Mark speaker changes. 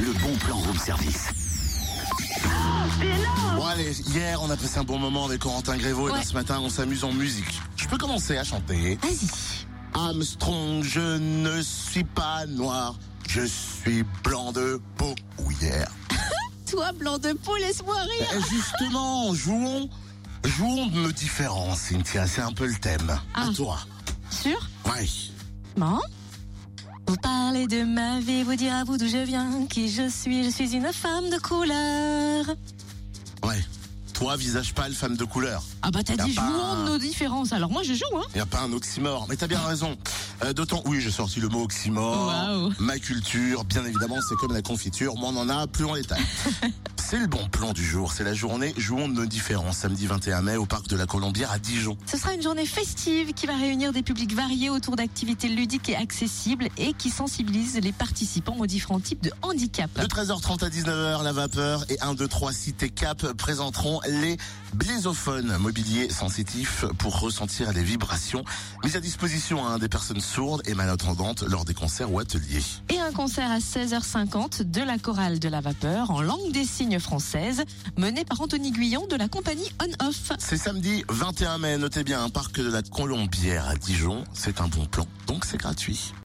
Speaker 1: le bon plan room service.
Speaker 2: Oh,
Speaker 1: Bon allez, hier on a passé un bon moment avec Corentin Grévaux et ben,
Speaker 2: Ouais.
Speaker 1: ce matin on s'amuse en musique. Je peux commencer à chanter.
Speaker 2: Vas-y.
Speaker 1: Armstrong, je ne suis pas noir, je suis blanc de peau. Ou hier.
Speaker 2: Toi, blanc de peau, laisse-moi rire.
Speaker 1: Eh, Justement, jouons, jouons de nos différences, Cynthia. C'est un peu le thème.
Speaker 2: Ah.
Speaker 1: À toi.
Speaker 2: Sûr
Speaker 1: Ouais.
Speaker 2: Non Vous parlez de ma vie, vous dire à vous d'où je viens, qui je suis, je suis une femme de couleur.
Speaker 1: Ouais. Toi, visage pâle, femme de couleur.
Speaker 2: Ah bah t'as
Speaker 1: Y a
Speaker 2: dit
Speaker 1: pas
Speaker 2: jouons
Speaker 1: un-
Speaker 2: de nos différences, alors moi je joue hein.
Speaker 1: Il a pas un oxymore, mais t'as bien raison. Euh, D'autant, oui, j'ai sorti le mot oxymore.
Speaker 2: Waouh.
Speaker 1: Ma culture, bien évidemment, c'est comme la confiture, moins on en a, plus on l'étale. c'est le bon plan du jour, c'est la journée Jouons de nos différences, samedi 21 mai au parc de la Colombière à Dijon.
Speaker 2: Ce sera une journée festive qui va réunir des publics variés autour d'activités ludiques et accessibles et qui sensibilise les participants aux différents types de handicaps.
Speaker 1: De 13h30 à 19h, La Vapeur et 1, 2, 3, Cité Cap présenteront les blésophones, mobilier sensitif pour ressentir les vibrations, mis à disposition hein, des personnes sourdes et malentendantes lors des concerts ou ateliers.
Speaker 2: Et un concert à 16h50 de la chorale de la vapeur en langue des signes française, menée par Anthony Guyon de la compagnie On Off.
Speaker 1: C'est samedi 21 mai, notez bien, un parc de la Colombière à Dijon, c'est un bon plan, donc c'est gratuit.